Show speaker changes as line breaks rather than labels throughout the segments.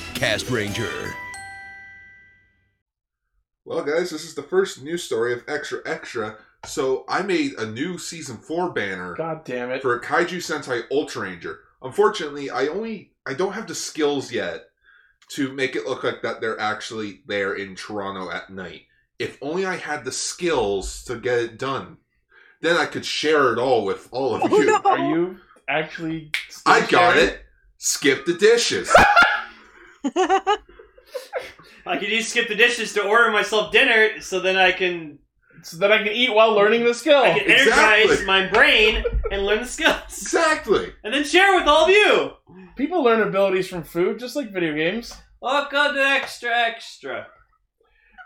Podcast Ranger.
Well, guys, this is the first news story of Extra Extra. So I made a new season four banner
God damn it.
for Kaiju Sentai Ultra Ranger. Unfortunately, I only I don't have the skills yet to make it look like that they're actually there in Toronto at night. If only I had the skills to get it done, then I could share it all with all of
Oh,
you.
no.
Are you actually. still
I got
sharing?
it. Skip the dishes.
I could use skip the dishes to order myself dinner, so then I can
So that I can eat while learning the skill.
I can
Exactly.
energize my brain and learn the skills,
exactly.
and then share with all of you.
People learn abilities from food, just like video games.
Welcome to Oh, extra extra.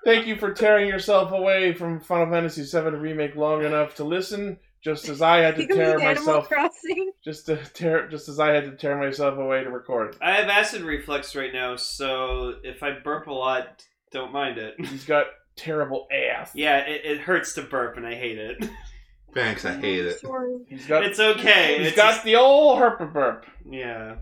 Thank you for tearing yourself away from Final Fantasy VII Remake long enough to listen, just as I had to
You can
tear
use Animal
myself,
Crossing.
just to tear, just as I had to tear myself away to record.
I have acid reflux right now, so if I burp a lot, don't mind it.
He's got terrible ass.
Yeah, it, it hurts to burp, and I hate it.
Thanks, I hate it.
Sure.
He's got,
It's okay.
he's
it's
got
just-
the old herpa burp.
yeah,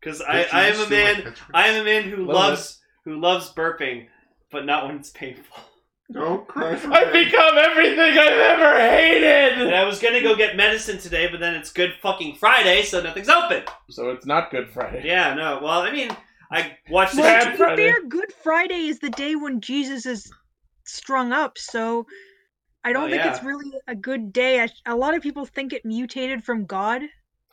because I, I am a man. I am a man who
Little
loves who loves burping, but not when it's painful.
Don't cry for
I've
me.
become everything I've ever
And
hated.
I was gonna go get medicine today, but then it's Good Fucking Friday, so nothing's open.
So it's not Good Friday.
Yeah, no. Well, I mean, I watched this.
Sad
Well, to
Well,
be
Friday.
fair, Good Friday is the day when Jesus is strung up, so I don't
Oh,
think it's
yeah.
really a good day. I, a lot of people think it mutated from God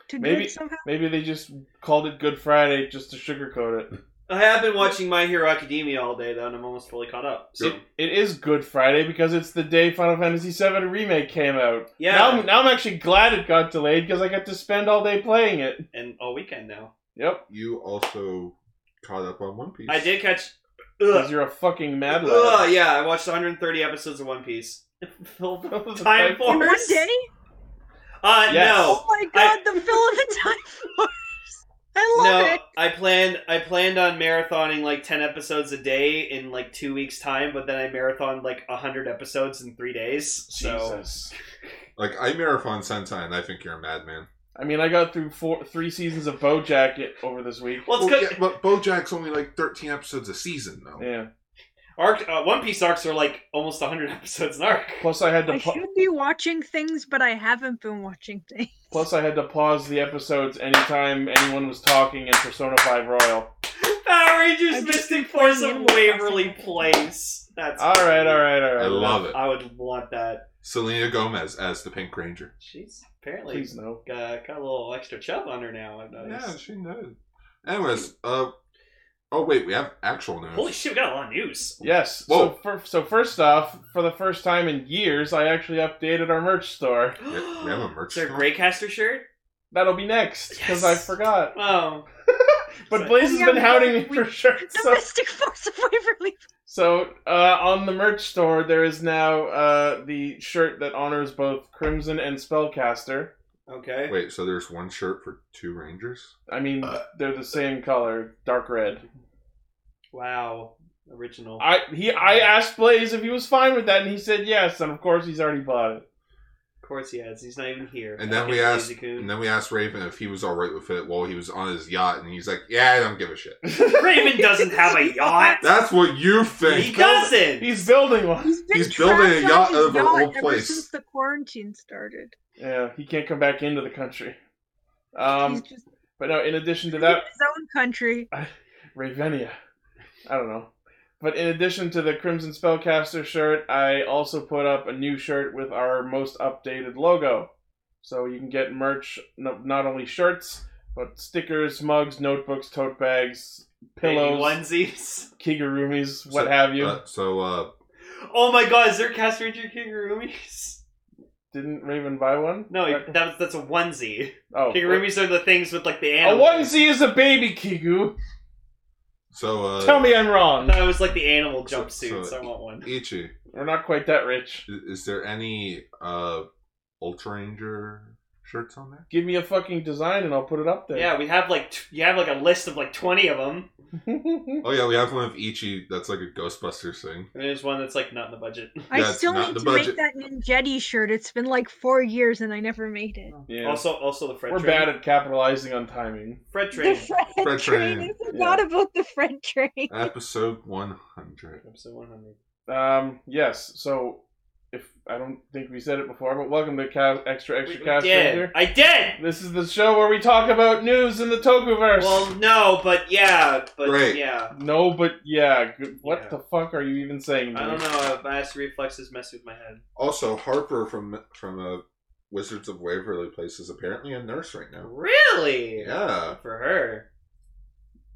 to
Maybe-
good somehow.
Maybe they just called it Good Friday just to sugarcoat it.
I have been watching My Hero Academia all day, though, and I'm almost fully caught up. So,
Yep.
It is Good Friday because it's the day Final Fantasy VII Remake came out.
yeah,
Now, I'm- now I'm actually glad it got delayed because I got to spend all day playing it.
and all weekend now.
Yep.
You also caught up on One Piece.
I did catch.
Because
Ugh.
you're a fucking mad lad.
Ugh, yeah, I watched 130 episodes of One Piece. Uh, Fill the time
Like-
In one
force.
day?
Uh,
Yes.
Oh
no,
my
I-
god, the fill of the time force. I love
no.
it.
I planned. I planned on marathoning like 10 episodes a day in like two weeks' time, but then I marathoned like 100 episodes in three days. So.
Jesus.
Like I marathon Sentai, and I think you're a madman.
I mean, I got through four, three seasons of BoJack i- over this week.
Well, it's
Well,
good.
yeah, but BoJack's only like 13 episodes a season, though.
Yeah.
Arc, uh, One Piece arcs are like almost 100 episodes an arc.
Plus, I had
I
to pa-
should be watching things, but I haven't been watching things.
plus I had to pause the episodes anytime anyone was talking in Persona Five Royal.
Power
I
Rangers
just
Mystic
keep
Force
playing
of
Animal
Waverly
Crossing.
Place. That's
All right, all right, all right.
I love it.
I would want that.
Selena Gomez as the Pink Ranger.
She's apparently uh,
Please no.
got, got a little extra chub on her now. I've
Yeah,
noticed.
she knows. Anyways, uh, oh wait, we have actual news.
Holy shit, we got a lot of news.
Yes.
Whoa.
So, fir- so first off, for the first time in years, I actually updated our merch store.
we have a merch
Is there a
store?
Greycaster shirt?
That'll be next because I
Yes.
forgot.
Oh.
But Blaze
Oh,
has
yeah,
been
we-
hounding me
we-
for shirts.
The
So,
Mystic Force of Waverly.
so uh, on the merch store, there is now uh, the shirt that honors both Crimson and Spellcaster.
Okay.
Wait, so there's one shirt for two Rangers?
I mean,
Uh.
they're the same color, dark red.
Wow. Original.
I he I asked Blaze if he was fine with that, and he said yes. And of course, he's already bought it.
of course he has. He's not even here.
And then
Okay,
we asked,
Daisy-kun.
and then we asked Raven if he was all right with it while he was on his yacht, and he's like, "Yeah, I don't give a shit."
Raven doesn't have a yacht.
That's what you
He
think.
doesn't.
He's building one.
He's been
He's building a
trapped on
yacht
his
over
yacht
old
ever
place.
since the quarantine started.
Yeah, he can't come back into the country. Um,
He's just
but no. In addition to
in
that,
his own country.
Ravenia. I don't know. But in addition to the Crimson Spellcaster shirt, I also put up a new shirt with our most updated logo. So you can get merch, no, not only shirts, but stickers, mugs, notebooks, tote bags,
Baby
pillows,
Onesies.
kigurumis, what
So,
have you.
Uh, so, uh,
Oh my god, is there Cast Ranger Kingurumis?
Didn't Raven buy one?
No,
That-
that's that's a onesie.
oh,
Kingurumis are the things with like the
A
animals.
onesie is a baby kigu.
so uh,
Tell me I'm
I
wrong.
thought it was like the animal
So-
jumpsuits.
so-
I want one.
Ichi,
We're not quite that rich.
i- is there any uh, Ultra Ranger shirts on there?
Give me a fucking design and I'll put it up there.
Yeah, we have like t- you have like a list of like twenty of them.
Oh yeah, we have one of Ichi. That's like a Ghostbusters thing.
And there's one that's like not in the budget.
I
That's
still
not
need
the
to
budget.
make that Ninjetti shirt. It's been like four years and I never made it.
Yeah.
Also, also the Fred
We're
train.
bad at capitalizing on timing.
Fred
The
train.
Fred,
Fred
train.
train.
I forgot about the Fred train.
Episode one hundred.
Episode 100.
Um, yes. So, if I don't think we said it before, but welcome to Ca- Extra
We-
Extra
we
Cast
did.
Ranger.
I did.
This is the show where we talk about news in the Tokuverse.
Well, no, but yeah, but
Great.
yeah.
no, but yeah. g- What
Yeah.
the fuck are you even saying?
I don't
dude?
know. My acid reflexes mess with my head.
Also, Harper from from uh, Wizards of Waverly Place is apparently a nurse right now.
Really?
Yeah.
For her,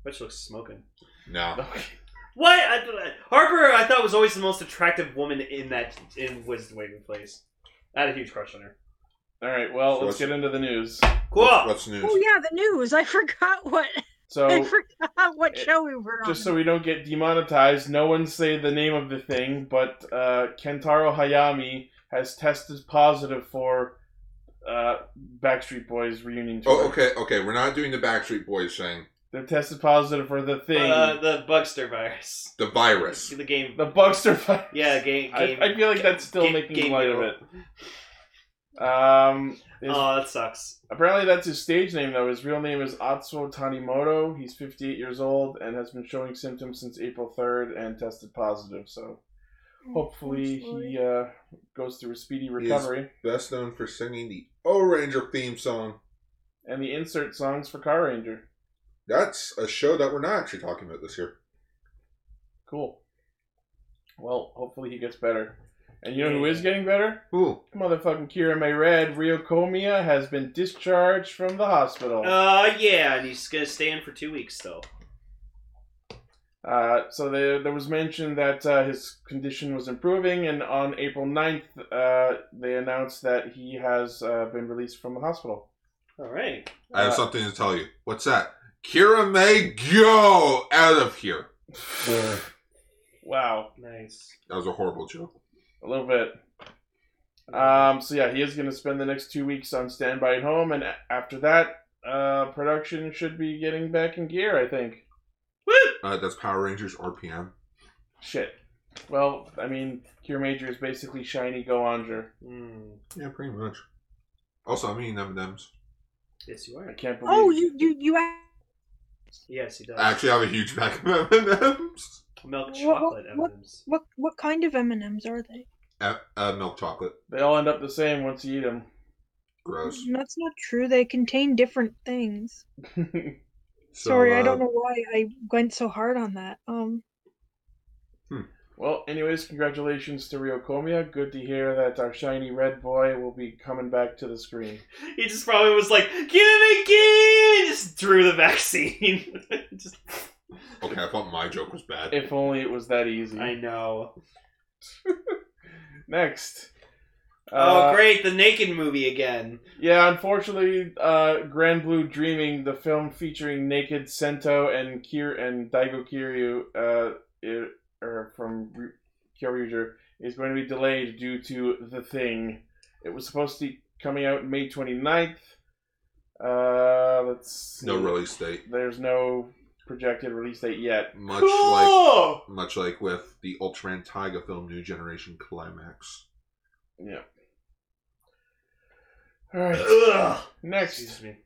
but she looks smoking.
No.
What? I, th- Harper, I thought was always the most attractive woman in that in Wizard Waverly Place. I had a huge crush on her.
All right. Well,
So
let's
what's-
get into the news.
Cool.
What's, what's news?
Oh yeah, the news. I forgot what I
So,
forgot what
it-
show we were on.
just so we don't get demonetized, no one say the name of the thing, but uh, Kentaro Hayami has tested positive for uh, Backstreet Boys reunion tour.
Oh, okay, okay. We're not doing the Backstreet Boys thing.
They've tested positive for the thing,
Uh, the Bugster virus.
The virus.
The game.
the Buckster fight.
Yeah, game. game
I, I feel like that's still
game-
making
game
light of
girl.
it. Um, his-
Oh, that sucks.
apparently that's his stage name though. His real name is Atsuo Tanimoto. He's 58 years old and has been showing symptoms since April 3rd and tested positive. So hopefully he uh, goes through a speedy recovery.
Best known for singing the O Ranger theme song.
And the insert songs for Car Ranger.
That's a show that we're not actually talking about this year.
Cool. Well, hopefully he gets better. And you know who is getting better?
Ooh.
Motherfucking Kira May Red Ryokomiya has been discharged from the hospital.
Uh, yeah, and he's gonna stay in for two weeks though.
Uh, so there, there was mention that uh, his condition was improving, and on April 9th, uh, they announced that he has uh, been released from the hospital.
All right.
I have
Uh,
something to tell you. What's that? Kira May, go out of here.
wow,
Nice.
That was a horrible joke.
a little bit. Um, so yeah, he is going to spend the next two weeks on standby at home, and a- after that, uh, production should be getting back in gear. I think.
Woo!
Uh, that's Power Rangers RPM.
Shit. Well, I mean, Cure Major is basically shiny Goanger. Hmm.
Mm,
Yeah, pretty much. Also, I'm eating M&M's.
yes, you
I
are.
can't believe.
Oh, you you you a-
Yes, he does.
I actually have a huge pack of M&M's.
Milk
What-
chocolate
what- what-
M&Ms.
what what kind of M and M's are they?
Uh, uh, milk chocolate.
They all end up the same once you eat them.
Gross.
Mm, That's not true. They contain different things.
So,
Sorry, I
uh,
don't know why I went so hard on that. Um,
Well, anyways, congratulations to Ryokomiya. Good to hear that our shiny red boy will be coming back to the screen.
He just probably was like, "Get him again!" Just drew the vaccine. just,
Okay, I thought my joke was bad.
If only it was that easy.
I know.
Next.
oh,
Uh,
great! The naked movie again.
Yeah, unfortunately, uh, Grand Blue Dreaming, the film featuring naked Sento and Kir- and Daigo Kiryu, uh, i- er, from Ry- Kyoryuger, is going to be delayed due to the thing. It was supposed to be coming out May 29th. Uh, let's see.
No release date.
There's no projected release date yet.
Much like
cool.
much like with the Ultraman Taiga film New Generation Climax.
Yeah. All right.
Ugh.
Next.
Excuse me.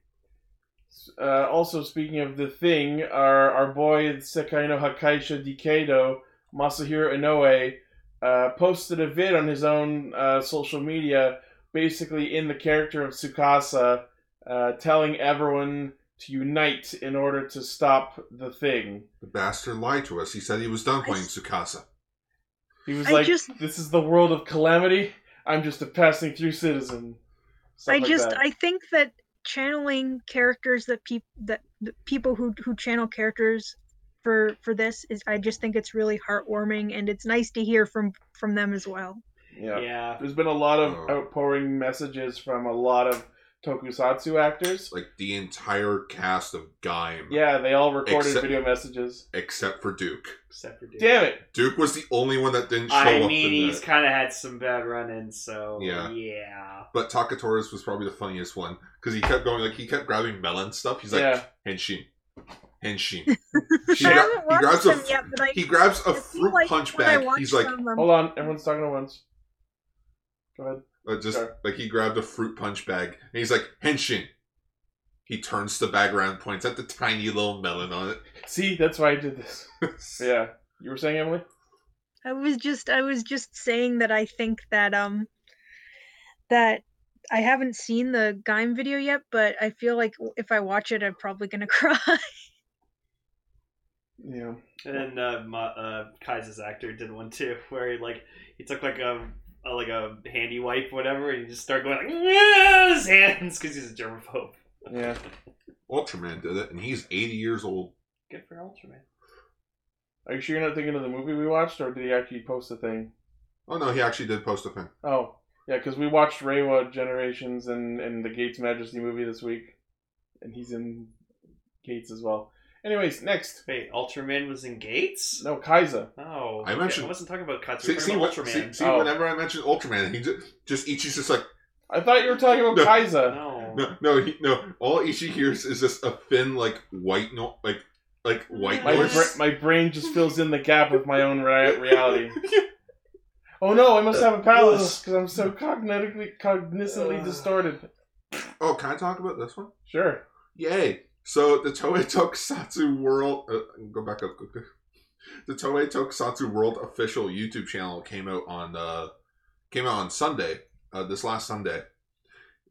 Uh, also, speaking of the thing, our our boy Sekaino Hakaisha Dikado Masahiro Inoue uh, posted a vid on his own uh, social media, basically in the character of Tsukasa, uh, telling everyone to unite in order to stop the thing.
The bastard lied to us. He said he was done playing
I-
Tsukasa.
He was
I
like,
just-
"This is the world of calamity. I'm just a passing through citizen." Stuff
I
like
just
that.
I think that channeling characters that people that the people who who channel characters for for this is I just think it's really heartwarming and it's nice to hear from from them as well.
Yeah.
There's been a lot of
Oh.
outpouring messages from a lot of tokusatsu actors.
Like the entire cast of Gaim,
Yeah, they all recorded
Except-
video messages.
except for Duke.
Except for Duke.
Damn it!
Duke was the only one that didn't show
I
up.
mean,
in
he's
that.
kind of had some bad run-ins, so
Yeah.
yeah.
But Takatoris was probably the funniest one because he kept going like he kept grabbing melon stuff. He's like
yeah,
Henshin, Henshin. She gra-
I haven't
he
watched
grabs a
them
f-
yet, but I,
he grabs a
I feel
fruit
like
punch
when I
bag.
watch
He's like "Oh."
some of them- um,
hold on, everyone's talking at once. Go ahead.
uh, just
Sure.
like he grabbed a fruit punch bag and he's like Henshin. He turns the bag around, points at the tiny little melon on it.
See, that's why I did this. Yeah, you were saying Emily?
I was just I was just saying that I think that um that I haven't seen the Gaim video yet, but I feel like w- if I watch it, I'm probably gonna cry.
Yeah.
And then uh, Ma uh, Kaiser's actor did one too, where he like he took like a, a like a handy wipe, whatever, and he just started going like "Yeah," his hands because he's a germaphobe.
Yeah.
Ultraman did it, and he's 80 years old.
Good for Ultraman.
Are you sure you're not thinking of the movie we watched, or did he actually post a thing?
Oh no, he actually did post a thing.
Oh, yeah, because we watched Reiwa Generations and, and the Gates Majesty movie this week, and he's in Gates as well. Anyways, next.
Wait, Ultraman was in Gates?
No, Kaiza.
Oh,
I
okay.
mentioned-
I wasn't talking about Katsu.
See, see,
See,
what,
Ultraman.
see, see
Oh.
whenever I mention Ultraman, he just, just Ichi's just like,
I thought you were talking about
No.
Kaiza.
no.
no, no, he, no. All Ichi hears is just a thin, like white, no, like, like white
My,
noise.
bra- my brain just fills in the gap with my own rea- reality. Oh no, I must have a palace because I'm so cognitively, cognizantly distorted.
Oh, can I talk about this one?
Sure.
Yay! So the Toei Tokusatsu World, uh, go back up. quick. The Toei Tokusatsu World official YouTube channel came out on uh, came out on Sunday, uh, this last Sunday,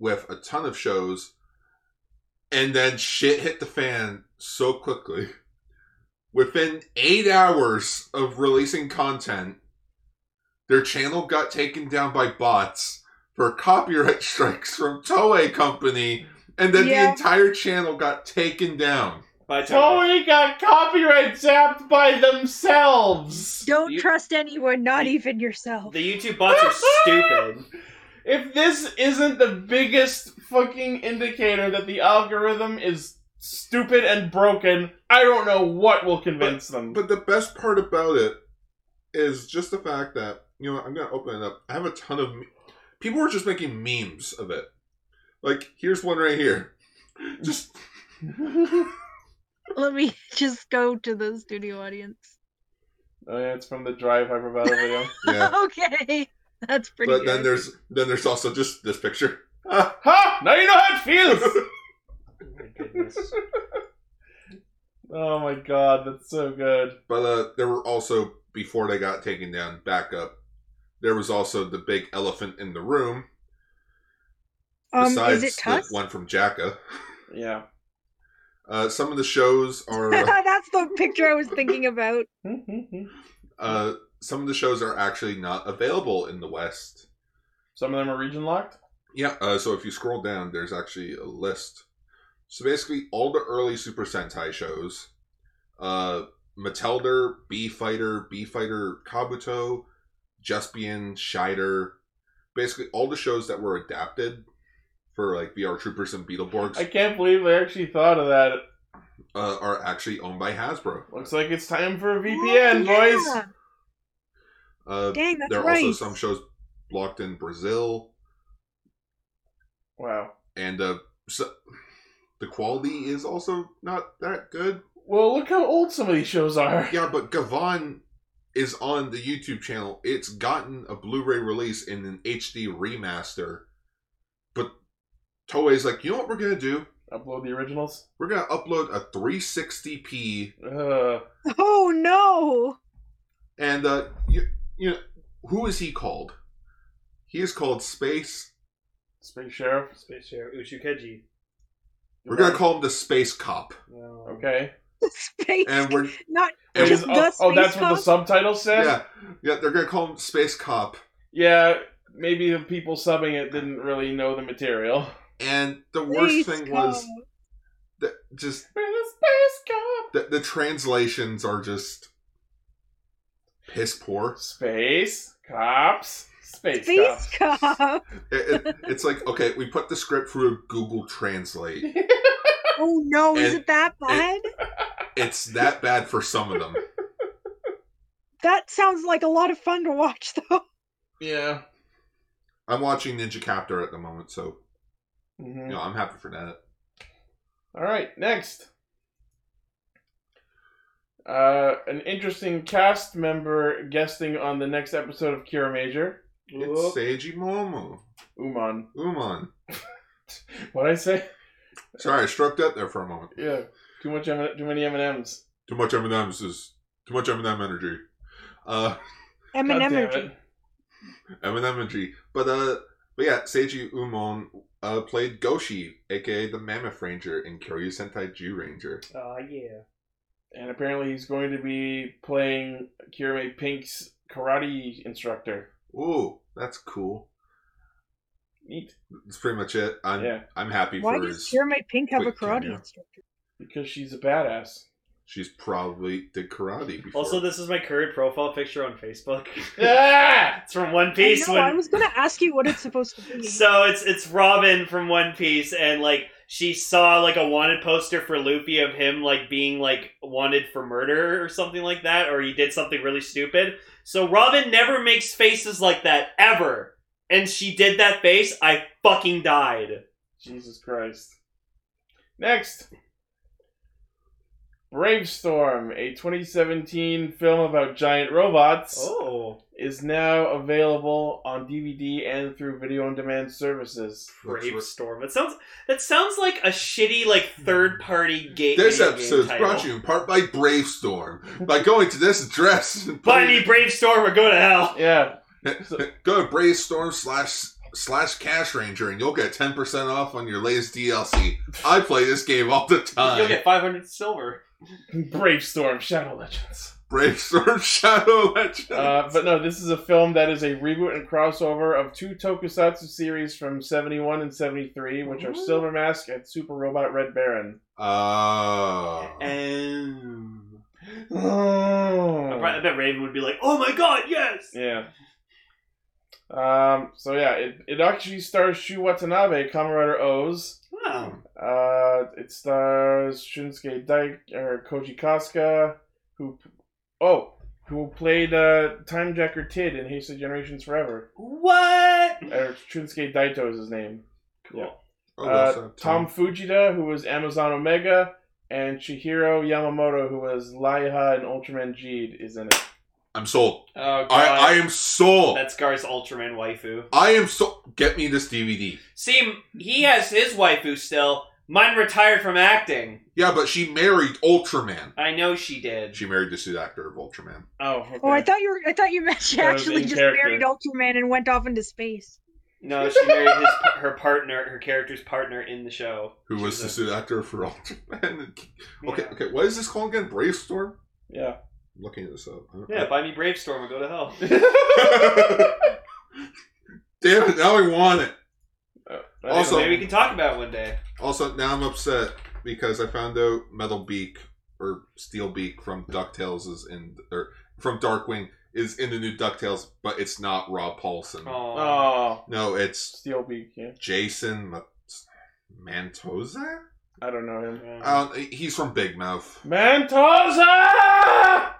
with a ton of shows, and then shit hit the fan so quickly. Within eight hours of releasing content, their channel got taken down by bots for copyright strikes from Toei Company, and then the
Yeah.
entire channel got taken down.
By Toei.
Toei got copyright zapped by themselves.
Don't
You-
trust anyone, not
you-
even yourself.
The YouTube bots are stupid.
If this isn't the biggest fucking indicator that the algorithm is stupid and broken, I don't know what will convince them.
But the best part about it is just the fact that you know I'm gonna open it up. I have a ton of me- people were just making memes of it. Like here's one right here. Just
oh
Let me just go to the studio audience.
Oh, yeah, it's from the Drive Hyperbolic video.
yeah.
okay, that's pretty.
But then
good.
there's then there's also just this picture. Ah.
ha! Now you know how it feels.
Oh my goodness.
oh my god, that's so good.
But uh, there were also before they got taken down back up. There was also the big elephant in the room.
um,
Besides
is it
the
Tusk?
one from Jacka.
Yeah.
Uh, some of the shows are. uh,
that's the picture I was thinking about.
uh, some of the shows are actually not available in the West.
Some of them are region locked.
Yeah. Uh, so if you scroll down, there's actually a list. So basically, all the early Super Sentai shows, uh, Matelder, B Fighter, B Fighter Kabuto, Jespion, Scheider, basically all the shows that were adapted for like VR Troopers and Beetleborgs
I can't believe I actually thought of that.
uh, are actually owned by Hasbro.
Looks like it's time for a
Oh,
VPN, boys.
yeah.
Uh,
Dang, that's
there are
right.
also some shows blocked in Brazil.
Wow.
and uh, so, the quality is also not that good.
Well, look how old some of these shows are.
Yeah, but Gavon is on the YouTube channel. It's gotten a Blu-ray release and an HD remaster, but Toei's like, you know what we're gonna do?
Upload the originals.
We're gonna upload a 360p,
Ugh.
Oh no!
and uh, you, you know, who is he called? He is called Space.
Space Sheriff.
Space Sheriff Uchukeji.
We're gonna call him the Space Cop,
No.
Okay.
Space,
and we're
not
and
Just
we're,
oh,
the
oh, that's
space
what the
cop?
subtitle said?
yeah, yeah, they're gonna call him Space Cop,
Yeah, maybe the people subbing it didn't really know the material.
and the worst
please
thing
come.
was that just
We're the Space Cop!
the, the translations are just piss poor.
Space Cops Space,
Space
Cops.
cop.
It- it- it's like okay, we put the script through Google Translate.
Oh no, is
And-
it that bad?
It's that bad for some of them.
that sounds like a lot of fun to watch though.
Yeah.
I'm watching Ninja Captor at the moment, so
Mhm.
you know, I'm happy for that.
All right, next. Uh, an interesting cast member guesting on the next episode of Cure Major. Oh.
It's Seiji Momo.
Uman.
Uman.
What I say?
Sorry, I stroked out there for a moment.
Yeah. Too much M- too many M and M's.
Too much M and M's is too much M and M energy. Uh,
M and energy.
M and M energy. But uh, but yeah, Seiji Umon uh played Goshi, aka the Mammoth Ranger in Kyoryu Sentai Jew Ranger.
Oh yeah.
And apparently he's going to be playing Kirame Pink's karate instructor.
Ooh, that's cool.
Neat.
That's pretty much it. I'm
Yeah,
I'm happy
Why
for
does
his.
Jeremy Pink have a
quick
karate
cameo.
instructor?
because she's a badass.
She's probably did karate before.
Also, this is my current profile picture on Facebook.
Ah!
it's from One
I
Piece.
know,
when-
I was gonna ask you what it's supposed to be.
So it's it's Robin from One Piece, and like she saw like a wanted poster for Luffy of him like being like wanted for murder or something like that, or he did something really stupid. So Robin never makes faces like that ever, and she did that face. I fucking died.
Jesus Christ. Next. Brave Storm, a 2017 film about giant robots.
Oh,
is now available on DVD and through video on demand services.
Looks
Brave
re-
Storm. That sounds that sounds like a shitty like third party game.
This
video game
episode is brought
title.
to you in part by Brave Storm. By going to this address and
Buy me Brave Storm or go to hell.
Yeah,
Go to Brave Storm slash slash Cash Ranger and you'll get ten percent off on your latest DLC. I play this game all the
You'll
time.
get five hundred silver.
Brave Storm Shadow Legends.
Brave Storm Shadow Legends.
Uh, but no, this is a film that is a reboot and crossover of two tokusatsu series from 71 and 73, which are
Ooh.
Silver Mask and Super Robot Red Baron.
Oh.
And I prob- I
Oh.
bet Raven would be like, "Oh my god, yes!"
Yeah. Um, so yeah, it, it actually stars Shu Watanabe, Kamen Rider O's.
Wow.
Uh, it stars Shinsuke Dike or Koji Koska, who, oh, who played uh, Time Jacker Tid in Haste of Generations Forever.
What?
Or Shinsuke Daito is his name.
Cool.
Oh,
uh,
that's a-
Tom Fujita, who was Amazon Omega, and Chihiro Yamamoto, who was Laiha and Ultraman Jeed, is in it.
I'm sold.
Oh god.
I, I am sold.
That's Gar's Ultraman waifu.
I am so. Get me this DVD.
See, he has his waifu still. Mine retired from acting.
Yeah, but she married Ultraman.
I know she did.
She married the suit actor of Ultraman.
Oh, okay.
Oh, I thought you were, I thought you meant she
That was
actually
in
just
character.
married Ultraman and went off into space.
No, she married his, her partner, her character's partner in the show.
Who was
She's
the
a-
suit actor for Ultraman? Okay,
Yeah.
okay. What is this called again? Brave Storm.
yeah.
I'm looking this up. I don't-
Yeah, buy me Brave Storm or go to hell.
Damn it! Now I want it. Also-
maybe we can talk about it one day.
Also, now I'm upset because I found out Metal Beak or Steel Beak from Ducktales is in, or from Darkwing is in the new Ducktales, but it's not Rob Paulson.
Oh,
oh,
No, it's
Steel Beak. Yeah,
Jason Ma- Mantoza.
I don't know him.
Um, he's from Big Mouth.
Mantosa.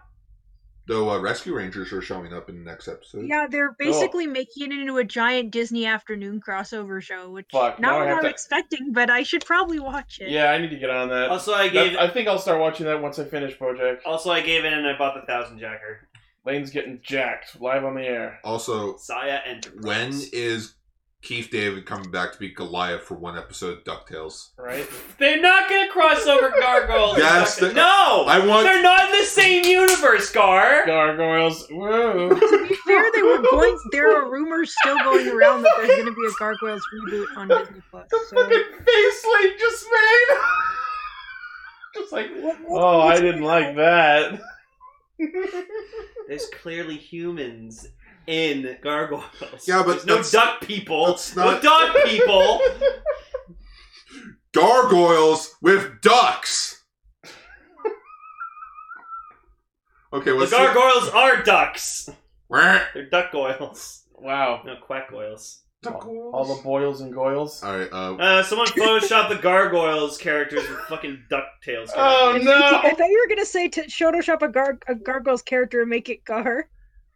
Though uh, Rescue Rangers are showing up in the next
Uh,
episode.
Yeah,
oh.
they're basically making it into a giant Disney afternoon crossover show, which
Fuck, now
not
I
what
have
I'm
to-
expecting, but I should probably watch it.
Yeah, I need to get on that.
also, I
That-
gave.
I think I'll start watching that once I finish BoJack.
also, I gave in and I bought the Thousand Jacker.
Lane's getting jacked live on the air.
Also,
Saya Enterprise.
when is Keith David coming back to be Goliath for one episode of Ducktales?
Right?
They're not gonna cross over gargoyles.
Yes,
They're-
they-
no,
I want-
They're not in the same universe, Gar.
Gargoyles. Woo.
To be fair, they were going. There are rumors still going around that there's going to be a Gargoyles reboot on Disney Plus. So.
face Lane just made. just like, oh, I didn't like that.
There's clearly humans in gargoyles.
Yeah, but
There's no
that's-
duck people.
that's
No
not-
duck people.
gargoyles with ducks. Okay,
the
what's
gargoyles are ducks.
the-
They're duck goyles.
Wow.
No, quack oils.
All, all the boils and goils.
All right. Uh,
Uh, someone photoshopped the gargoyles characters with fucking ducktails.
Oh
I
no!
thought you were gonna say to Photoshop a, gar- a gargoyle's character and make it Gar.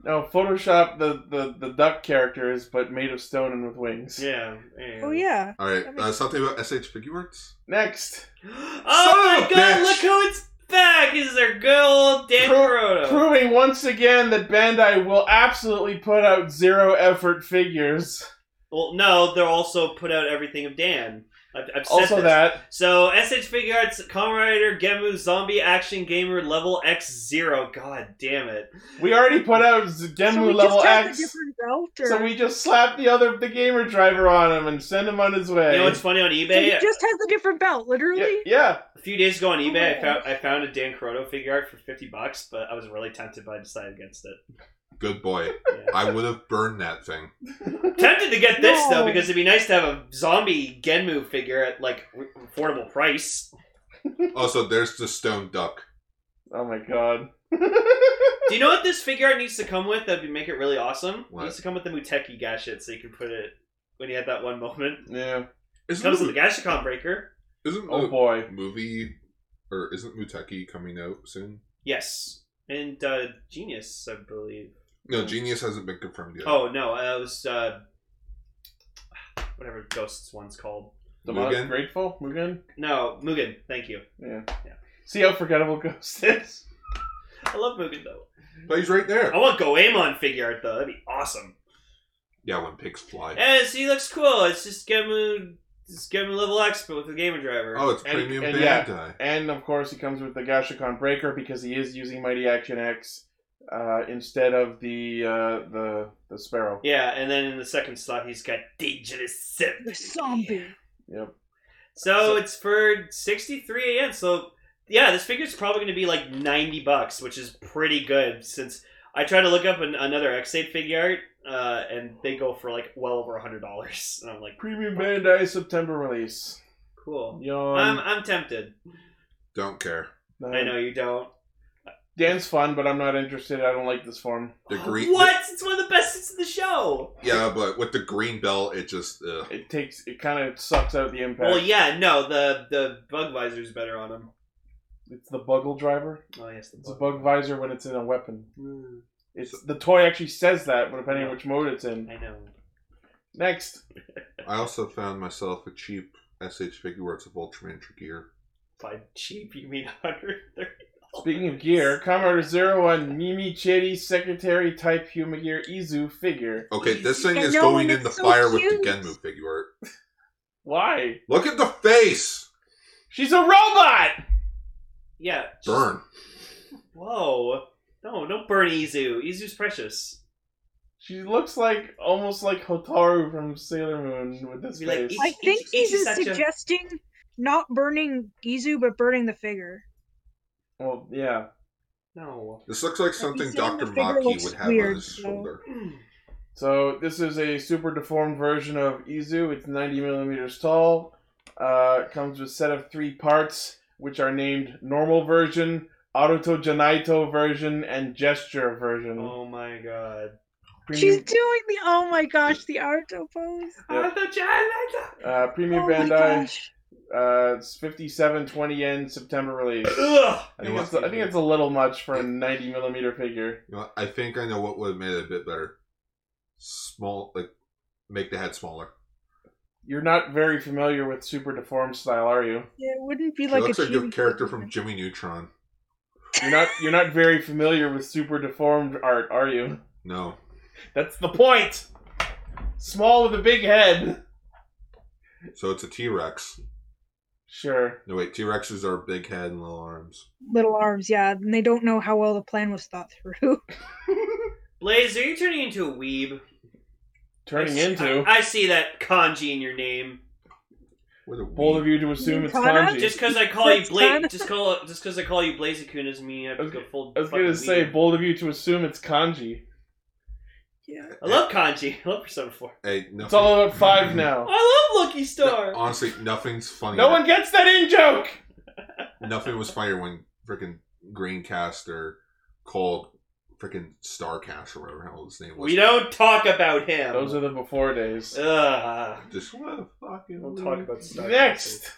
No, Photoshop the, the, the duck characters, but made of stone and with wings.
Yeah. and-
Oh yeah.
all right.
That makes-
Uh, something about SH Piggy Works.
Next,
Oh
Son
my
of a
god,
bitch.
look who it's back! Is there good old Dan
Pro-
Kuroda.
proving once again that Bandai will absolutely put out zero effort figures.
Well, no, they're also put out everything of Dan. I've, I've said
Also
this.
that
So, SH Figure Arts, Kamen Rider, Gemu, Zombie Action Gamer, Level X Zero. God damn it.
we already put out Z-
so
Genmu
we
level
just have a
X,
different belt, or...
so we just slap the other the gamer driver on him and send him on his way.
You know what's funny on
So he
eBay?
just has a different belt,
yeah,
literally.
yeah.
A few days ago on eBay, I
Oh.
found I found a Dan Kuroda figure art for fifty bucks, but I was really tempted, but I decided against it.
Good boy.
Yeah.
I would have burned that thing.
tempted to get this though
No.
because it'd be nice to have a zombie Genmu figure at like affordable price.
Also, there's the stone duck.
Oh my god.
Do you know what this figure art needs to come with? That'd be, make it really awesome.
What?
It needs to come with the Muteki gashet, so you can put it when you had that one moment.
yeah.
It
Isn't
comes with
Mu-
the Gashicon breaker.
isn't
Oh
Mu-
boy.
movie or isn't Muteki coming out soon?
Yes, and uh, Genius, I believe.
No, Genius hasn't been confirmed yet.
Oh no, uh, it was uh, whatever Ghosts one's called.
Demonic
Mugen?
grateful? Mugen?
No, Mugen. Thank you.
Yeah.
Yeah.
See how forgettable Ghost is?
I love Mugen though.
but he's right there.
Oh.
I want Goemon figure art though. That'd be awesome.
Yeah, when pigs fly.
Yeah, see, he looks cool. It's just Gemu, it's Gemu level X, but with a gamer driver.
Oh, it's
And-
premium
and
Bandai.
yeah. And of course, he comes with the Gashicon Breaker because he is using Mighty Action X uh, instead of the uh, the the Sparrow.
Yeah, and then in the second slot, he's got Dangerous Sip.
The zombie.
Yep.
So
So-
it's for 63 a.m. So yeah, this figure's probably going to be like 90 bucks, which is pretty good since I tried to look up an, another X8 figure art uh, and they go for like well over $100. And I'm like,
Premium Bandai September release.
cool.
Yawn.
I'm, I'm tempted.
Don't care.
No.
I know you don't.
Dan's fun, but I'm not interested. I don't like this form.
The green.
What? It's one of the best hits of the show.
yeah, but with the green belt, it just. Uh,
It takes. It kind of sucks out the impact.
Well, yeah, no, the the bug visor's better on him.
It's the Buggle Driver.
Oh yes, the
It's a bug
bug.
visor when it's in a weapon.
Mm,
It's the toy actually says that, but depending on which mode it's in.
I know.
Next.
I also found myself a cheap SH figure where it's a Ultraman gear.
By cheap, you mean 130.
Speaking of gear, Kamen Rider Zero One Mimi Chitty Secretary Type Humagear Izu figure.
Okay, this thing
I
is
know,
going
and
in the
it's so
fire with
cute.
the Genmu figure art.
Why?
Look at the face!
She's a robot.
Yeah. just-
Burn.
Whoa. No, don't burn Izu. Izu's precious.
She looks like almost like Hotaru from Sailor Moon with this
Be like,
face.
I
Ichi-
think
Ichi-
he's
Ichi's
just
such a-
suggesting not burning Izu, but burning the figure.
Well, yeah.
No.
This looks like something
least on
Dr.
the figure
Maki
looks
would have on
weird,
his
so-
shoulder.
So this is a super deformed version of Izu. It's 90 millimeters tall. Uh, comes with a set of three parts, which are named normal version, Aruto Janaito version, and gesture version.
Oh my god.
Premium-
She's doing the oh my gosh, the Arto pose.
Yeah.
Oh, the giant-
Uh, Premium
oh my
Bandai,
gosh.
uh, it's 5720 yen September release.
Ugh.
I
You
think,
know
it's,
what?
I think it's a little much for a 90 millimeter figure.
You know, what? I think I know what would have made it a bit better. Small, like, make the head smaller.
You're not very familiar with super deformed style, are you?
Yeah, it wouldn't be
She
like
looks
a
like a
chibi
character
figure.
from Jimmy Neutron.
You're not. You're not very familiar with super deformed art, are you?
No.
That's the point. Small with a big head.
So it's a T Rex.
Sure.
No, wait, T Rexes are big head and little arms.
little arms. Yeah, and they don't know how well the plan was thought through.
Blaze, are you turning into a weeb?
Turning
I s-
into.
I, I see that kanji in your name.
What a
Bold
weeb.
of you to assume it's
Katana?
kanji.
Just because I call you
That's
Blaze,
fun.
just call just because I call you Blaze Kun doesn't mean you have to go full.
I was
fucking
gonna say
weeb.
bold of you to assume it's kanji.
Yeah.
I love kanji. I love Persona Four.
Hey, nothing,
It's all about five now.
I love Lucky
No,
Star.
honestly, nothing's funny.
No one gets that in joke.
nothing was funnier when freaking Greencaster called freaking Starcash or whatever the hell his name was.
We don't talk about him.
Those are the before days.
Ugh.
Just what a fucking.
We'll talk about Star
Next.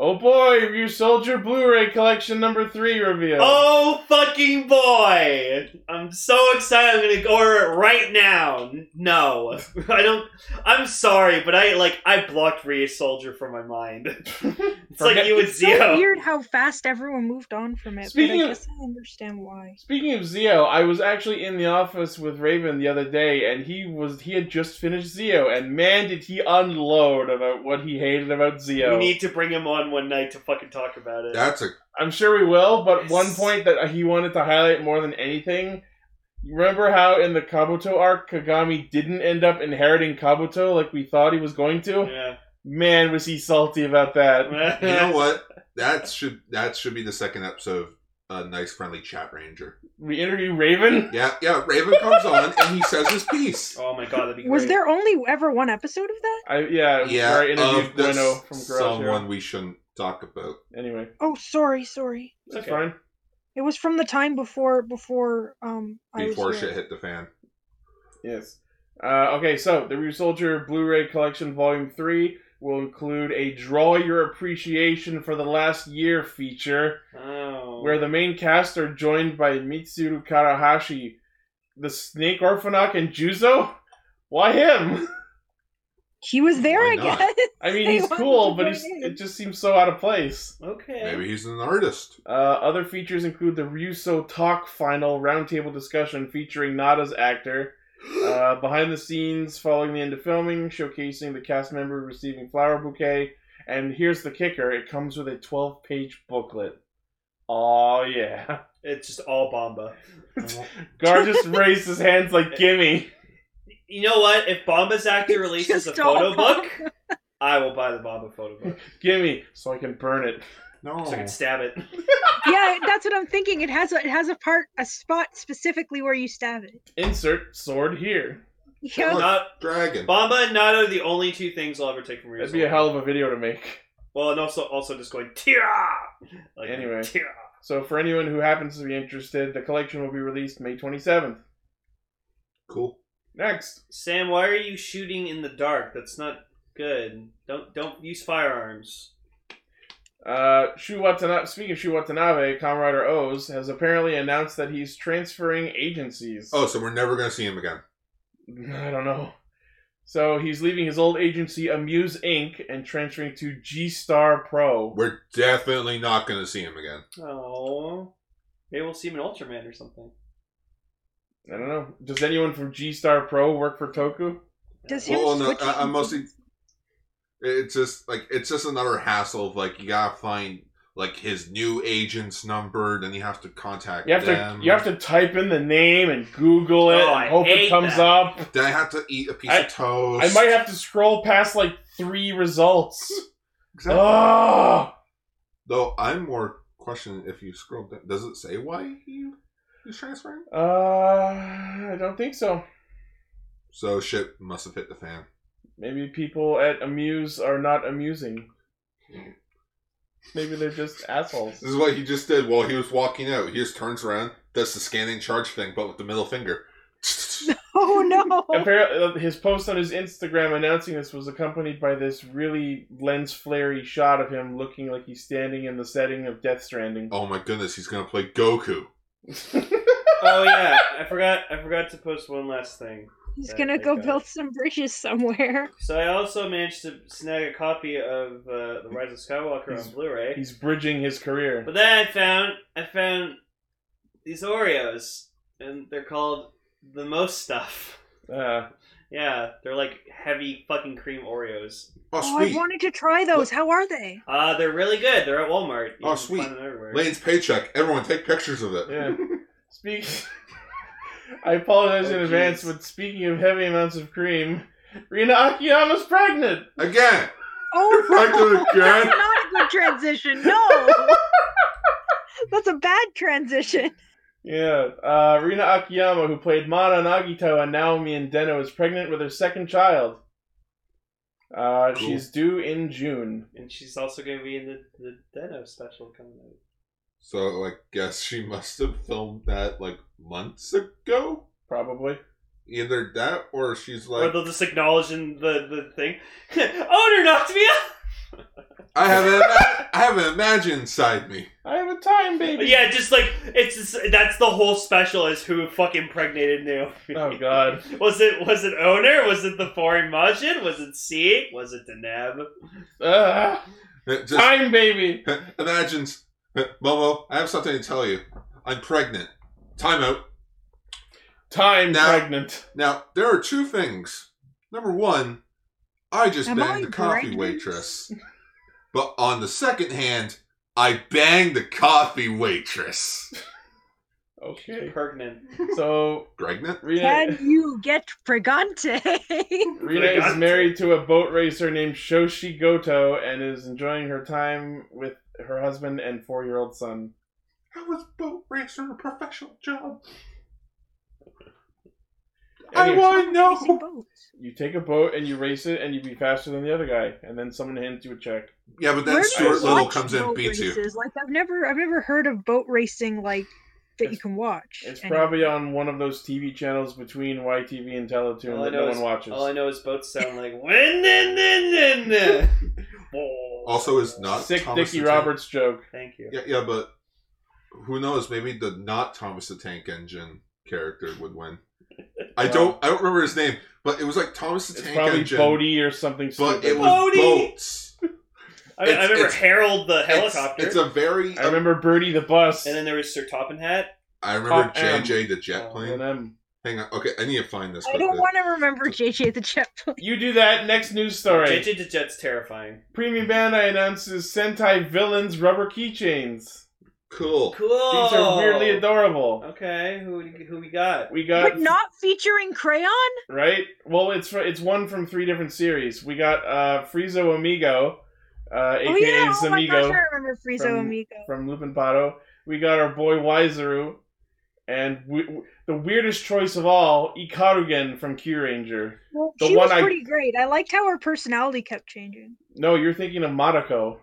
Oh boy, Review Soldier Blu-ray Collection number three reveal.
Oh fucking boy! I'm so excited. I'm gonna go order it right now. N- No, I don't. I'm sorry, but I like I blocked Rhea Soldier from my mind. it's like
Forget-
you and
It's so
Zio.
weird how fast everyone moved on from it.
Speaking
but I
of-
guess I understand why.
Speaking of Zio, I was actually in the office with Raven the other day, and he was he had just finished Zio, and man, did he unload about what he hated about Zio.
We need to bring him on one night to fucking talk about it.
That's a
I'm sure we will, but
Yes.
one point that he wanted to highlight more than anything. you Remember how in the Kabuto arc, Kagami didn't end up inheriting Kabuto like we thought he was going to?
yeah.
Man, was he salty about that.
you know what that should that should be the second episode of a nice friendly chat ranger.
We interview Raven?
Yeah, yeah. Raven comes on and he says his piece.
oh my god, that'd be great.
Was there only ever one episode of that?
I, yeah,
Yeah,
where I interviewed
of the
Bueno
s-
from Garage Hero.
someone we shouldn't talk about.
Anyway,
Oh, sorry, sorry.
that's
Okay.
fine.
It was from the time before before um I was
before
here.
shit hit the fan.
Yes. Uh, okay, so the Review Soldier Blu-ray Collection Volume Three will include a "Draw Your Appreciation for the Last Year" feature,
Oh.
where the main cast are joined by Mitsuru Karahashi, the Snake Orphanok, and Juzo. Why him?
He was there,
Why
I
not?
guess.
I mean,
They
he's
wanted
cool,
to
but
join
he's,
in.
it just seems so out of place.
Okay.
Maybe he's an artist.
Uh, other features include the Russo Talk Final Roundtable Discussion featuring Nada's actor. Uh, behind the scenes, following the end of filming, showcasing the cast member receiving flower bouquet. And here's the kicker it comes with a 12 page booklet. Oh, yeah.
It's just all Bomba.
Gar just raised his hands like, gimme.
You know what? If Bomba's actor releases a
Just all
photo book,
Bomba.
I will buy the Bomba photo book
Gimme. So I can burn it.
No.
so I
Oh.
can stab it.
yeah, that's what I'm thinking. It has a it has a part a spot specifically where you stab it.
Insert sword here.
Yeah.
Look.
Not
Dragon.
Bamba and Nada are the only two things I'll ever take from
That'd
Reason.
be a hell of a video to make.
Well, and also also just going tira. Like,
Anyway.
"Tira!"
So, for anyone who happens to be interested, the collection will be released May 27th.
Cool.
Next.
Sam, why are you shooting in the dark? That's not good. Don't don't use firearms.
Uh, Shu Watanabe, speaking of Shu Watanabe, Kamen Rider Oz has apparently announced that he's transferring agencies.
Oh, so we're never gonna see him again.
I don't know. So he's leaving his old agency, Amuse Inc., and transferring to G Star Pro.
We're definitely not gonna see him again.
Oh, maybe we'll see him in Ultraman or something.
I don't know. Does anyone from G Star Pro work for Toku?
Does him
Well, no,
switching
I, I'm mostly. It's just like it's just another hassle of like you gotta find like his new agent's number, then you have to contact
You have
them.
to you have to type in the name and Google it
Oh, I
and hope it
hate
comes
that.
up.
Then I have to eat a piece
I-
of toast.
I might have to scroll past like three results. Ah,
Exactly.
Oh. Ugh.
Though I'm more questioning if you scroll down. Does it say why he is transferring?
Uh, I don't think so.
So shit must have hit the fan.
Maybe people at Amuse are not amusing. Maybe they're just assholes.
This is what he just did while he was walking out. He just turns around, does the scanning charge thing, but with the middle finger.
Oh no.
Apparently, uh, his post on his Instagram announcing this was accompanied by this really lens flary shot of him looking like he's standing in the setting of Death Stranding.
Oh my goodness, he's gonna play Goku.
oh yeah, I forgot I forgot to post one last thing.
He's
Yeah,
gonna
they
go
got it.
build some bridges somewhere.
So I also managed to snag a copy of uh, The Rise of Skywalker
He's-
on Blu-ray.
he's bridging his career.
But then I found I found these Oreos, and they're called the most stuff.
Uh,
Yeah, they're like heavy fucking cream Oreos.
Oh
Oh,
sweet.
I wanted to try those. How are they?
Uh, they're really good. They're at Walmart. You
Oh,
can
sweet.
Find them everywhere.
Lane's paycheck. Everyone take pictures of it.
yeah. Speak. I apologize in
Oh,
advance,
jeez.
but speaking of heavy amounts of cream, Rina Akiyama's pregnant.
Again.
Oh
Pregnant
no. That's
again?
not a good transition. No. That's a bad transition.
Yeah, uh, Rina Akiyama, who played Mana Nagito and Naomi in Deno, is pregnant with her second child. Uh,
Cool.
She's due in June.
And she's also going to be in the the Deno special coming out.
So I guess she must have filmed that like months ago.
Probably.
Either that or she's
or
like,
they'll just acknowledge in the, the thing. Owner knocked me out!
I have an ima- I have an imagine inside me.
I have a time baby.
Yeah, just like, it's just, that's the whole special is who fucking impregnated Naomi.
Oh God.
Was it was it owner? Was it the foreign merchant? Was it C? Was it Deneb?
Ugh.
It Uh, Just
Ah, time baby.
imagines Momo. I have something to tell you. I'm pregnant. Time out.
Time
Now-
pregnant.
Now there are two things. Number one, I just
Am
banged
I
the coffee
pregnant?
waitress. But on the second hand, I banged the coffee waitress.
Okay.
Pregnant.
So
Pregnant?
Rita,
Can you get pregante?
Rita is
Pregante.
married to a boat racer named Shoshi Goto and is enjoying her time with her husband and four-year-old son.
I was boat racer a professional job. I
Anyway,
want to
Racing
know.
boats.
you take a boat and you race it and you be faster than the other guy, and then someone hands you a check.
Yeah, but then
Where do you
Stuart Little
watch
comes in and
boat
beats you.
races? Like I've never, I've never heard of boat racing like that you
It's-
can watch.
It's
anywhere.
probably on one of those TV channels between YTV and Teletoon
All I
that
know
no
is-
one watches.
All I know is both sound like when then then then.
Also is not
Sick
Thomas
Dickie
the Tank-
Roberts joke.
Thank you.
Yeah, yeah, but who knows? Maybe the not Thomas the Tank Engine character would win. I
Wow.
don't. I don't remember his name, but it was like Thomas the
It's
Tank
probably
Engine.
Bodie or something
but it
stupid.
was
Bodie!
boats.
I, I
It's-
remember
it's-
Harold the
It's-
helicopter,
It's, a very.
I remember Birdie the bus.
and then there was Sir Toppin Hat.
I remember
Top M.
JJ the jet plane.
And, um,
Hang on. Okay, I need to find this.
I
but
don't
the-
want to remember JJ the Jet Plane.
you do that. Next news story.
JJ the Jet's terrifying.
Premium Bandai announces Sentai villains rubber keychains.
cool.
Cool.
These are
Oh.
weirdly adorable.
Okay, who who we got?
We got
But not featuring Crayon. Oh,
right. Well, it's fr- it's one from three different series. We got uh, Friezo Amigo, uh, aka
oh yeah! Oh my
Zamigo
gosh, I remember Frieza
from-
Amigo.
from Lupin Pato. We got our boy Wiseru, and we, w the weirdest choice of all, Ikarugen from Q Ranger.
Well,
the
she
one
was
I-
pretty great. I liked how her personality kept changing.
No, you're thinking of Madako.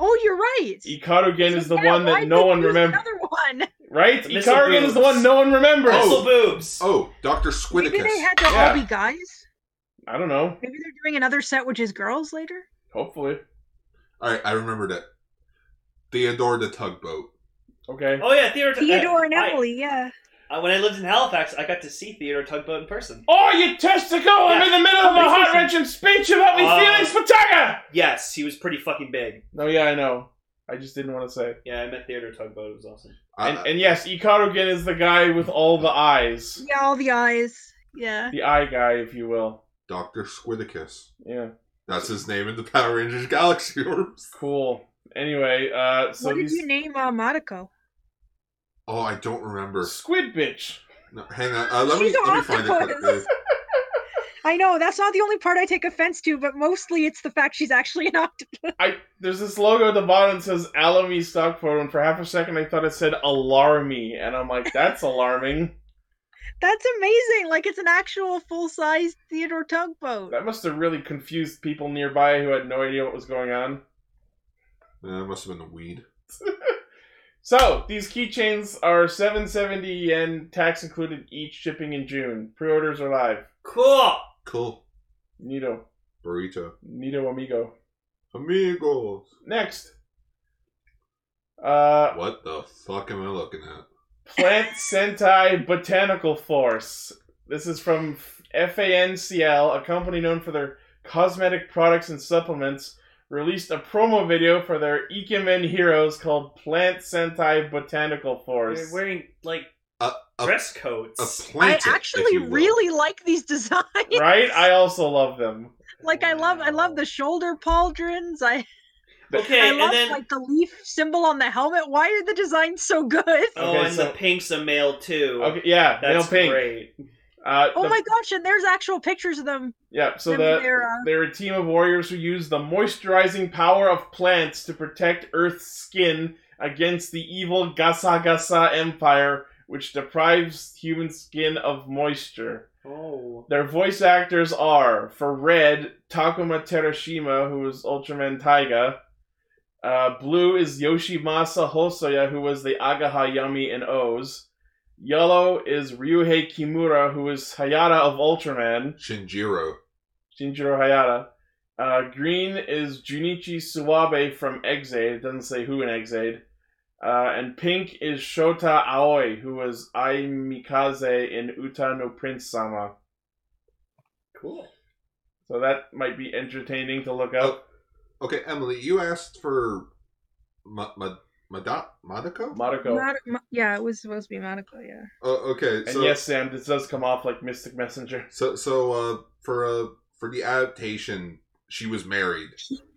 Oh, you're right.
Ikarugen is the
Yeah,
one
why
that no
did
one
you use
remembers.
Another one.
Right?
The missile
Ikarugen is the
boobs.
one no one remembers.
Missile boobs.
Oh, Doctor
Maybe
Squidicus.
they had to
Yeah.
all be guys.
I don't know.
Maybe they're doing another set which is girls later.
Hopefully.
All right, I remembered it. Theodore the tugboat.
Okay.
Oh yeah, Theodore.
Theodore and
I-
Emily, yeah.
I- when I lived in Halifax, I got to see Theodore Tugboat in person.
Oh, you testicle! I'm
Yeah.
in the middle of a
Listen.
heart wrenching speech about me
Uh,
feelings for Taga!
Yes, he was pretty fucking big.
No, yeah, I know. I just didn't want to say.
Yeah, I met Theodore Tugboat. It was awesome.
Uh,
I-
and, and yes, Ikarugen is the guy with all the eyes.
Yeah, all the eyes. Yeah.
The eye guy, if you will.
Doctor Squidicus.
Yeah.
That's his name in the Power Rangers Galaxy Wars.
Cool. Anyway, uh, so
what did
these
you name uh, Monaco?
Oh, I don't remember.
squid bitch.
No, hang on. Uh, let me
She's an
let me find it.
octopus. I know that's not the only part I take offense to, but mostly it's the fact she's actually an octopus.
I there's this logo at the bottom that says Alamy stock photo, and for half a second I thought it said alarmy, and I'm like, that's alarming.
That's amazing. Like it's an actual full-size Theodore tugboat.
That must have really confused people nearby who had no idea what was going on.
Uh, it must have been the weed.
So, these keychains are 770 yen, tax included each, shipping in June. Pre orders are live.
Cool.
Cool.
Nito.
Burrito.
Nito amigo.
Amigos.
Next. Uh,
What the fuck am I looking at?
Plant Sentai Botanical Force. This is from FANCL, a company known for their cosmetic products and supplements, released a promo video for their Ikemen heroes called Plant Sentai Botanical
They're
Force.
wearing like
A- a-
dress
A
coats.
I
plant.
actually really like these designs.
Right? I also love them.
Like I love I love the shoulder pauldrons. I
Okay,
I
and
love
then
like the leaf symbol on the helmet. Why are the designs so good?
oh,
Okay,
and
so-
the pink's a male too.
Okay, yeah,
That's
male pink.
great.
Uh,
Oh
the-
my gosh, and there's actual pictures of them.
Yeah, so
Them
that
there, uh,
they're a team of warriors who use the moisturizing power of plants to protect Earth's skin against the evil Gasa Gasa Empire, which deprives human skin of moisture.
Oh.
Their voice actors are, for Red, Takuma Terashima, who is Ultraman Taiga, Uh, blue is Yoshimasa Hosoya, who was the Agaha Yami in O's. Yellow is Ryuhei Kimura, who is Hayata of Ultraman.
Shinjiro.
Shinjiro Hayata. Uh, green is Junichi Suwabe from Exade. It doesn't say who in Exade. Uh, and pink is Shota Aoi, who was Ai Mikaze in Uta no Prince Sama.
Cool.
So that might be entertaining to look up.
Oh, Okay, Emily, you asked for Ma- Ma- Mada- Madako?
Madoka.
Mad- Ma- yeah, it was supposed to be Monica. Yeah.
Oh, okay,
and
so
yes, Sam, this does come off like Mystic Messenger.
so so uh, for uh, for the adaptation, she was married,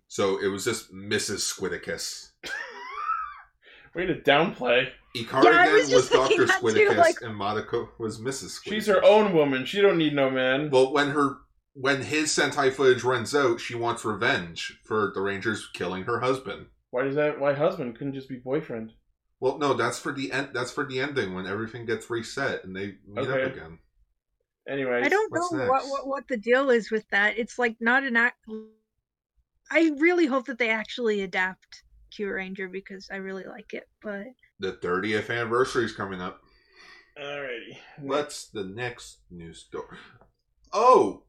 so it was just Mrs. Squidicus.
Way to downplay.
Ikari
Yeah, I
then
was
was,
just
Doctor
thinking that too,
Squidicus,
like-
and Madako was Mrs. Squidicus.
She's her own woman. She don't need no man.
Well, when her when his Sentai footage runs out, she wants revenge for the Rangers killing her husband.
why does that? Why husband couldn't just be boyfriend?
Well, no, that's for the end. That's for the ending when everything gets reset and they meet
Okay.
up again.
Anyways,
I don't
What's
know
next?
what, what what the deal is with that. It's like not an act. I really hope that they actually adapt Q Ranger because I really like it. But
The 30th anniversary is coming up.
Alrighty.
What's the next news story? Oh,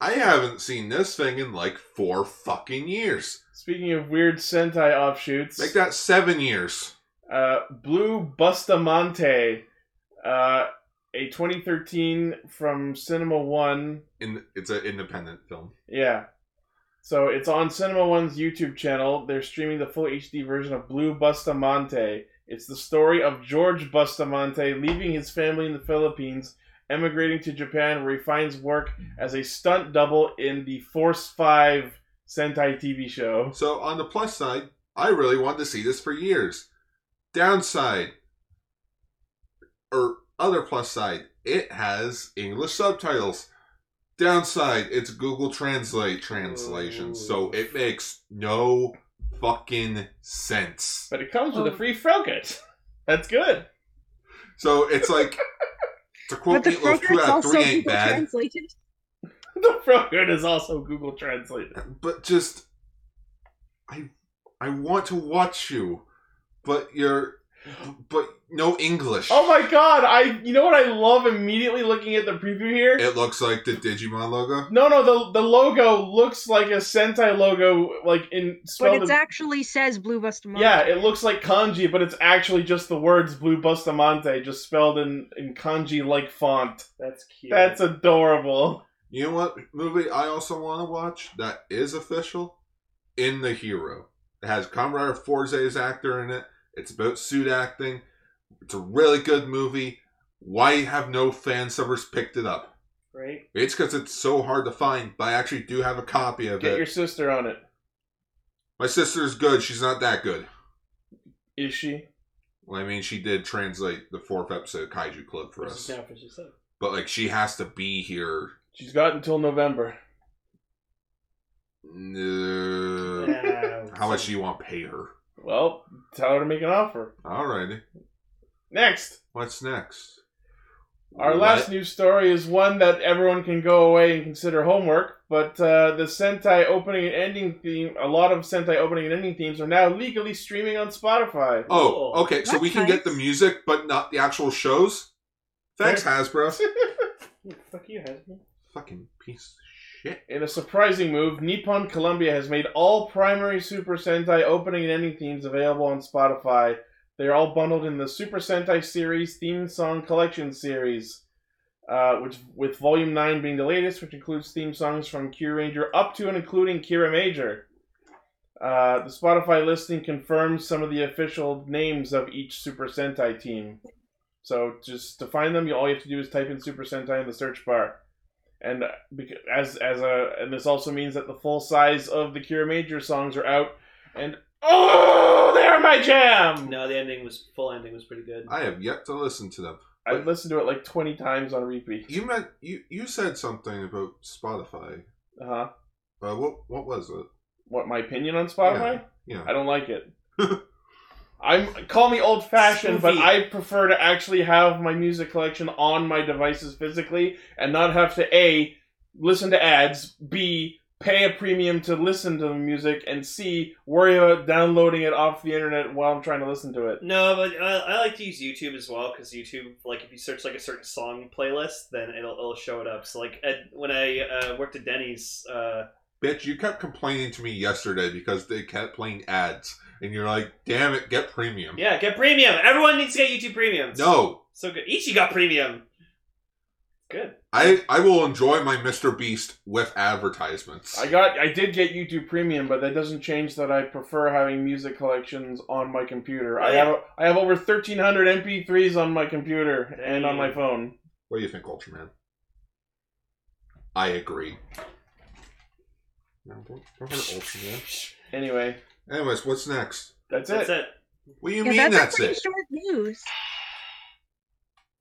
I haven't seen this thing in like four fucking years.
Speaking of weird Sentai offshoots,
Make that seven years.
uh, Blue Bustamante, uh, a 2013 from Cinema One.
In it's an independent film.
Yeah. So it's on Cinema One's YouTube channel. They're streaming the full HD version of Blue Bustamante. It's the story of George Bustamante leaving his family in the Philippines, emigrating to Japan, where he finds work as a stunt double in the Force 5 Sentai TV show.
So on the plus side, I really wanted to see this for years. Downside, or other plus side, it has English subtitles. Downside, it's Google Translate translation, so
Ooh.
it makes no fucking sense.
But it comes with
Oh.
a free frogget. That's good.
So it's like to
but
quote
the
Meatloaf, two out
progress
of
also
three ain't
Google
bad,
translated.
The frogget is also Google translated.
but just I I want to watch you, but you're but no English.
Oh my god, I you know what I love immediately looking at the preview here?
It looks like the Digimon logo.
No, no, the the logo looks like a Sentai logo, like in
But
spelled.
it
in-
actually says Blue Bustamante.
yeah, it looks like kanji, but it's actually just the words "Blue Bustamante" just spelled in in kanji-like font.
That's cute.
That's adorable.
You know what movie I also want to watch that is official? In the Hero. It has Comrade Forze's actor in it. It's about suit acting. It's a really good movie. Why have no fan servers picked it up?
right.
It's because it's so hard to find, but I actually do have a copy of
Get
it.
your sister on it.
My sister's good. She's not that good.
Is she?
Well, I mean, she did translate the fourth episode of Kaiju Club for
Which
us.
is now for yourself.
But, like, she has to be here.
She's got until November.
No.
Yeah,
How much do you want to pay her?
Well, tell her to make an offer.
Alrighty.
Next,
What's next?
our
What?
last news story is one that everyone can go away and consider homework. But uh, the Sentai opening and ending theme, a lot of Sentai opening and ending themes are now legally streaming on Spotify.
Oh,
Cool.
okay. So
That's
we can get the
nice.
music, but not the actual shows. Thanks, Hasbro.
Fuck you, husband.
Fucking piece of shit.
In a surprising move, Nippon Columbia has made all primary Super Sentai opening and ending themes available on Spotify. They are all bundled in the Super Sentai series theme song collection series, uh, which with Volume Nine being the latest, which includes theme songs from Kira Ranger up to and including Kira Major. Uh, the Spotify listing confirms some of the official names of each Super Sentai team. So just to find them, you all you have to do is type in Super Sentai in the search bar, and uh, bec- as as a and this also means that the full size of the Kira Major songs are out, and oh, they're my jam.
No, the ending was full. Ending was pretty good.
I have yet to listen to them.
I listened to it like twenty times on repeat.
You meant you you said something about Spotify.
Uh huh.
Uh, what what was it?
What my opinion on Spotify?
Yeah.
I don't like it. I'm call me old fashioned, but
Spoofy.
I prefer to actually have my music collection on my devices physically and not have to a listen to ads, b pay a premium to listen to the music, and C, worry about downloading it off the internet while I'm trying to listen to it.
No, but I, I like to use YouTube as well because YouTube, like, if you search like a certain song playlist, then it'll, it'll show it up. So, like, at, when I uh, worked at Denny's, uh,
Bitch, you kept complaining to me yesterday because they kept playing ads, and you're like, "Damn it, get premium."
yeah, get premium. Everyone needs to get YouTube premium.
No,
so good. Ichi got premium. Good.
I I will enjoy my Mr. Beast with advertisements.
I got, I did get YouTube Premium, but that doesn't change that I prefer having music collections on my computer. I have, I have over 1,300 MP3s on my computer and on my phone.
what do you think, Ultraman? I agree. No, don't, don't hurt Ultraman.
Anyway,
Anyways, what's next?
that's,
That's
it.
it.
What do you
Yeah,
mean that's,
that's, a pretty
it?
short news.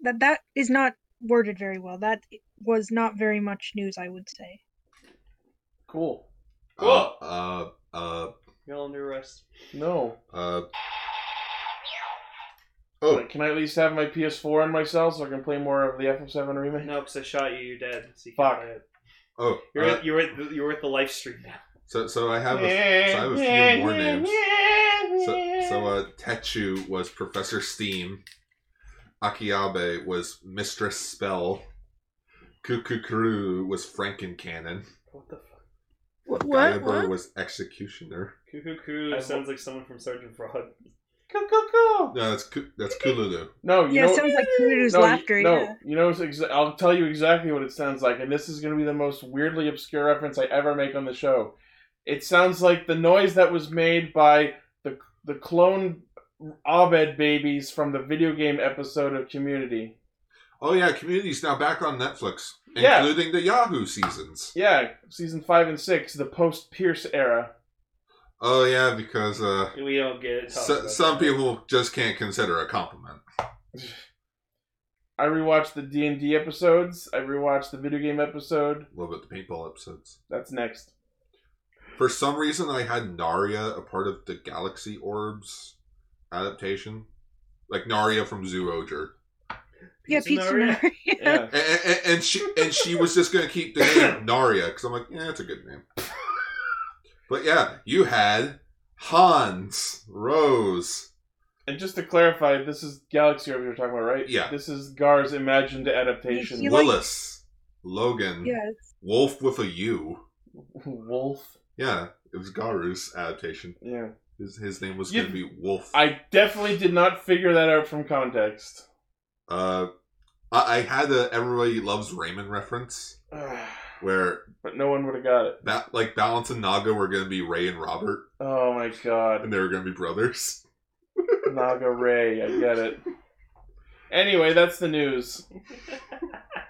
That that is not worded very well. That was not very much news, I would say.
Cool.
Uh, uh, uh,
You're all under arrest.
No.
uh. Oh,
Like, can I at least have my PS4 on myself so I can play more of the FF7 remake?
No, because I shot you. You're dead. So you
Fuck.
can't play it.
oh.
You're
uh,
at, you're at the, you're at the live stream now.
so, so I have a, so I have a few more names. So, so uh, Techu was Professor Steam. Akiabe was Mistress Spell. Kukukuru was Frankencannon.
What the fuck?
What? What?
Guyber was Executioner.
Cuckoo coo
I
sounds like someone from Sergeant Frog.
Cool, cool, cool.
No, that's Ku- that's Kululu.
No, you
Yeah,
know.
it sounds like Kudu's
no, you-
laughter.
no,
Yeah.
you know. it's Exa- I'll tell you exactly what it sounds like, and this is going to be the most weirdly obscure reference I ever make on the show. It sounds like the noise that was made by the the clone Abed babies from the video game episode of Community.
Oh yeah, Community's now back on Netflix,
Yeah.
including the Yahoo seasons.
Yeah, season five and six, the post Pierce era.
Oh yeah, because uh,
We don't get it. talked
so,
about
some
that.
people just can't consider a compliment.
I rewatched the D and D episodes. I rewatched the video game episode.
What about the paintball episodes?
That's next.
For some reason, I had Narya a part of the Galaxy Orbs adaptation, like Narya from Zoojer,
Yeah,
Pizza
Pizza
Nori.
Nori.
Yeah.
and, and, and she and she was just gonna keep the name Narya because I'm like, yeah, that's a good name. But yeah, you had Hans Rose.
And just to clarify, this is Galaxy Orb you're talking about, right?
Yeah.
This is Gar's imagined adaptation.
You like-
Willis, Logan,
yes.
Wolf with a U.
Wolf.
Yeah, it was Garu's adaptation.
Yeah.
His, his name was
You-
going to be Wolf.
I definitely did not figure that out from context.
uh, I, I had a Everybody Loves Raymond reference
but
where
no one would have got it.
ba- like Balance and Naga were going to be Ray and Robert,
Oh my god.
and they were going to be brothers.
Naga Ray, I get it. Anyway, that's the news.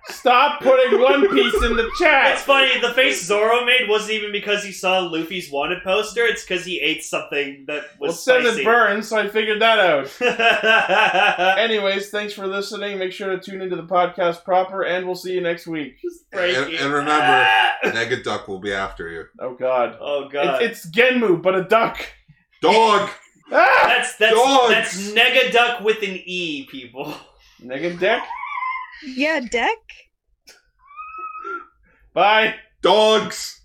Stop putting One Piece in the chat!
It's funny. The face Zoro made wasn't even because he saw Luffy's wanted poster. It's because he ate something that
Well,
was
said it
spicy.
burns, so I figured that out.
right?
Anyways, thanks for listening. Make sure to tune into the podcast proper, and we'll see you next week.
And-
you-
and remember-
Ah!
Negaduck will be after you.
Oh God,
Oh god.
it's, it's Genmu, but a duck.
Dog!
Ah!
that's that's
Dogs!
that's Negaduck with an E, people.
Nigga deck.
Yeah, Deck.
Bye.
Dogs!